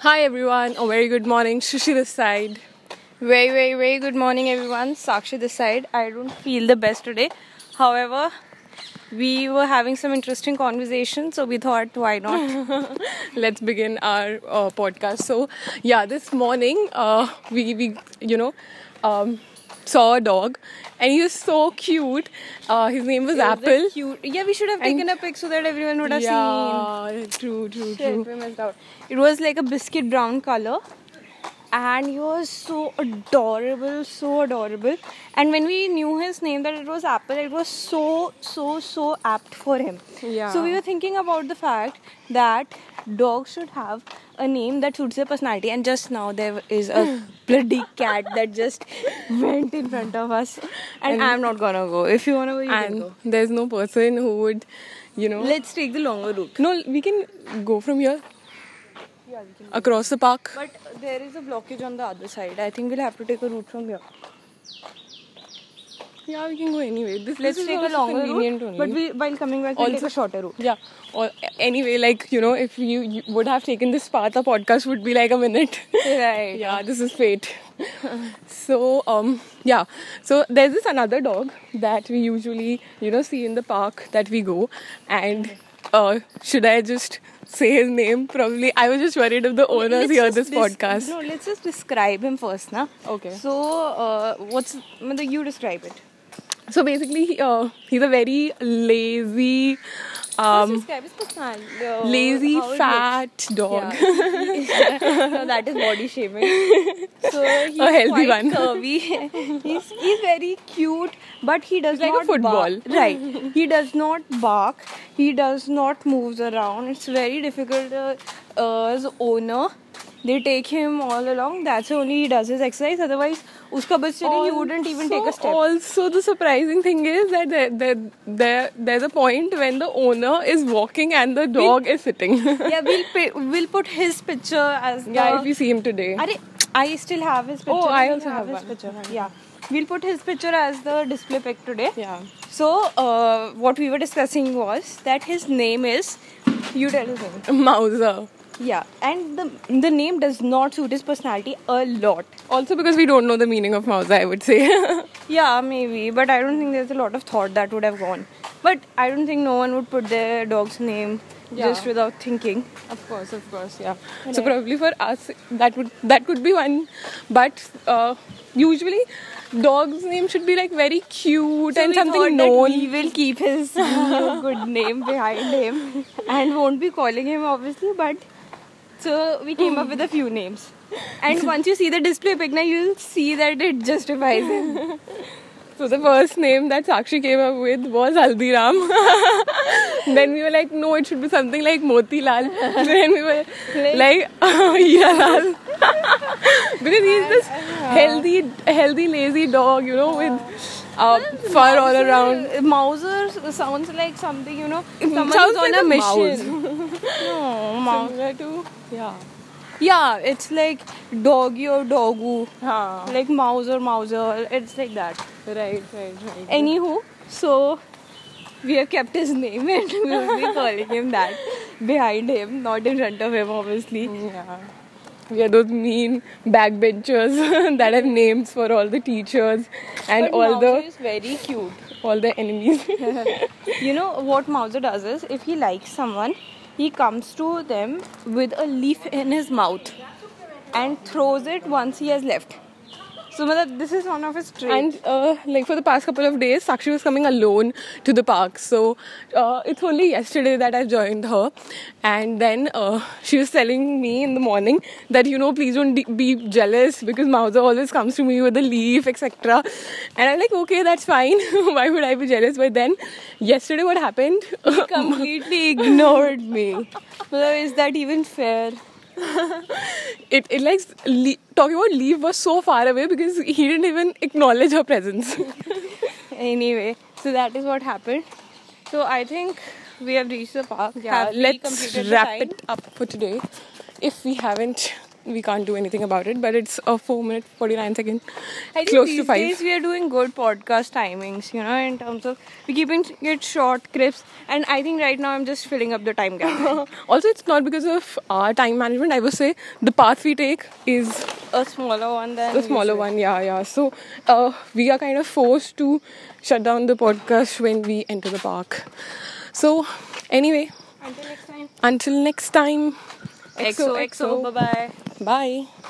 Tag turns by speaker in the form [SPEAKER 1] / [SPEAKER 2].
[SPEAKER 1] Hi everyone, a very good morning. Shushi this side.
[SPEAKER 2] Very, very, very good morning, everyone. Sakshi this side. I don't feel the best today. However, we were having some interesting conversation, so we thought, why not?
[SPEAKER 1] Let's begin our uh, podcast. So, yeah, this morning uh, we we you know um, saw a dog, and he was so cute. Uh, his name was Apple.
[SPEAKER 2] Cute. Yeah, we should have taken a pic so that everyone would have
[SPEAKER 1] yeah, true, true,
[SPEAKER 2] seen. Shit,
[SPEAKER 1] true.
[SPEAKER 2] we missed out. It was like a biscuit brown color. And he was so adorable, so adorable. And when we knew his name that it was Apple, it was so, so, so apt for him.
[SPEAKER 1] Yeah.
[SPEAKER 2] So we were thinking about the fact that dogs should have a name that suits their personality. And just now there is a bloody cat that just went in front of us. And, I'm not gonna go. If you wanna go, you can
[SPEAKER 1] And
[SPEAKER 2] go.
[SPEAKER 1] there's no person who would, you know.
[SPEAKER 2] Let's take the longer route.
[SPEAKER 1] no, we can go from here
[SPEAKER 2] Yeah, we can.
[SPEAKER 1] across the park.
[SPEAKER 2] But there is a blockage on the other side. I think we'll have to take a route from here.
[SPEAKER 1] Yeah, we can go anyway. This,
[SPEAKER 2] Let's
[SPEAKER 1] this is
[SPEAKER 2] take a
[SPEAKER 1] also
[SPEAKER 2] longer
[SPEAKER 1] convenient
[SPEAKER 2] route,
[SPEAKER 1] only.
[SPEAKER 2] but we, while coming back, we'll
[SPEAKER 1] Also-
[SPEAKER 2] take a shorter route.
[SPEAKER 1] Yeah. Or anyway, like you know, if you, you would have taken this path, the podcast would be like a minute.
[SPEAKER 2] Right.
[SPEAKER 1] yeah, this is fate. so um, yeah. So there's this another dog that we usually you know see in the park that we go, and uh, should I just say his name? Probably. I was just worried if the owners
[SPEAKER 2] Let's
[SPEAKER 1] hear
[SPEAKER 2] just
[SPEAKER 1] this
[SPEAKER 2] dis-
[SPEAKER 1] podcast.
[SPEAKER 2] No, let's just describe him first, na.
[SPEAKER 1] Okay.
[SPEAKER 2] So, uh, what's मतलब you describe it?
[SPEAKER 1] So basically, he, uh, he's a very lazy.
[SPEAKER 2] First
[SPEAKER 1] Um,
[SPEAKER 2] describe his personality. uh,
[SPEAKER 1] lazy
[SPEAKER 2] how it
[SPEAKER 1] fat dog
[SPEAKER 2] looks. Yeah. no, that is body shaming. So he's
[SPEAKER 1] A healthy
[SPEAKER 2] quite
[SPEAKER 1] one.
[SPEAKER 2] curvy. he's he's very cute, but he does
[SPEAKER 1] He's like a
[SPEAKER 2] not
[SPEAKER 1] football.
[SPEAKER 2] Bark. Right. He does not bark. He does not move around. It's very difficult uh, uh, as owner. They take him all along. That's only he does his exercise. Otherwise, uska bus chale, he wouldn't even take a
[SPEAKER 1] Also-
[SPEAKER 2] step.
[SPEAKER 1] Also, the surprising thing is that there, there, there, there's a point when the owner is walking and the dog is sitting.
[SPEAKER 2] yeah, we'll pi- we'll put his picture as
[SPEAKER 1] yeah,
[SPEAKER 2] the,
[SPEAKER 1] if you see him today.
[SPEAKER 2] Arey, uh, I still have his picture.
[SPEAKER 1] Oh, I
[SPEAKER 2] We'll
[SPEAKER 1] also have
[SPEAKER 2] his
[SPEAKER 1] one.
[SPEAKER 2] picture. Yeah, we'll put his picture as the display pic today.
[SPEAKER 1] Yeah.
[SPEAKER 2] So, uh, what we were discussing was that his name is. You tell his name.
[SPEAKER 1] Mauser.
[SPEAKER 2] Yeah, and the the name does not suit his personality a lot.
[SPEAKER 1] Also, because we don't know the meaning of Mauser, I would say.
[SPEAKER 2] Yeah, maybe, but I don't think there's a lot of thought that would have gone. But I don't think no one would put their dog's name
[SPEAKER 1] Yeah.
[SPEAKER 2] just without thinking.
[SPEAKER 1] of course, of course, yeah. So probably for us, that would that could be one. But uh, usually, dog's name should be like very cute
[SPEAKER 2] So
[SPEAKER 1] and
[SPEAKER 2] we
[SPEAKER 1] something
[SPEAKER 2] thought that
[SPEAKER 1] known.
[SPEAKER 2] We will keep his new good name behind him and won't be calling him obviously, but so we came up with a few names. And once you see the display pic, now you'll see that it justifies him.
[SPEAKER 1] So the first name that Sakshi came up with was Haldiram. then we were like, no, it should be something like Motilal. then we were like, Hiralal. because he's this healthy, healthy, lazy dog, you know, with uh, fur all around.
[SPEAKER 2] Mauser sounds like something you know. Someone
[SPEAKER 1] Sounds
[SPEAKER 2] who's on
[SPEAKER 1] like
[SPEAKER 2] a
[SPEAKER 1] a
[SPEAKER 2] mission. no, mouse.
[SPEAKER 1] Similar to, yeah.
[SPEAKER 2] Yeah, it's like doggy or dogoo,
[SPEAKER 1] Huh.
[SPEAKER 2] like Mauser, Mauser. It's like that.
[SPEAKER 1] Right, right, right.
[SPEAKER 2] Anywho, so we have kept his name and we will be calling him that behind him, not in front of him, obviously.
[SPEAKER 1] Yeah. We are those mean backbenchers that have names for all the teachers and
[SPEAKER 2] But
[SPEAKER 1] all
[SPEAKER 2] Mauser
[SPEAKER 1] the
[SPEAKER 2] is very cute.
[SPEAKER 1] all the enemies.
[SPEAKER 2] You know what Mauser does is if he likes someone, he comes to them with a leaf in his mouth and throws it once he has left. So, matlab, this is one of his traits.
[SPEAKER 1] And uh, like for the past couple of days, Sakshi was coming alone to the park. So uh, it's only yesterday that I joined her, and then uh, she was telling me in the morning that you know please don't de- be jealous because Mauser always comes to me with a leaf, etc. And I'm like, okay, that's fine. Why would I be jealous? But then yesterday, what happened?
[SPEAKER 2] completely ignored me. Matlab, is that even fair?
[SPEAKER 1] it it like le- talking about leaf was so far away because he didn't even acknowledge her presence.
[SPEAKER 2] Anyway, so that is what happened. So I think we have reached the park.
[SPEAKER 1] Yeah,
[SPEAKER 2] Have we
[SPEAKER 1] let's
[SPEAKER 2] completed the
[SPEAKER 1] wrap
[SPEAKER 2] time?
[SPEAKER 1] it up for today. If we haven't we can't do anything about it. But it's a four minute forty nine second,
[SPEAKER 2] I think
[SPEAKER 1] close
[SPEAKER 2] these
[SPEAKER 1] to five.
[SPEAKER 2] days we are doing good podcast timings, you know, in terms of we're keeping it short, crisp, and I think right now I'm just filling up the time gap.
[SPEAKER 1] also, it's not because of our time management. I would say the path we take is
[SPEAKER 2] a smaller one than
[SPEAKER 1] the smaller one yeah yeah so uh, we are kind of forced to shut down the podcast when we enter the park so anyway
[SPEAKER 2] Until next time.
[SPEAKER 1] until next time
[SPEAKER 2] XOXO. Bye bye.
[SPEAKER 1] bye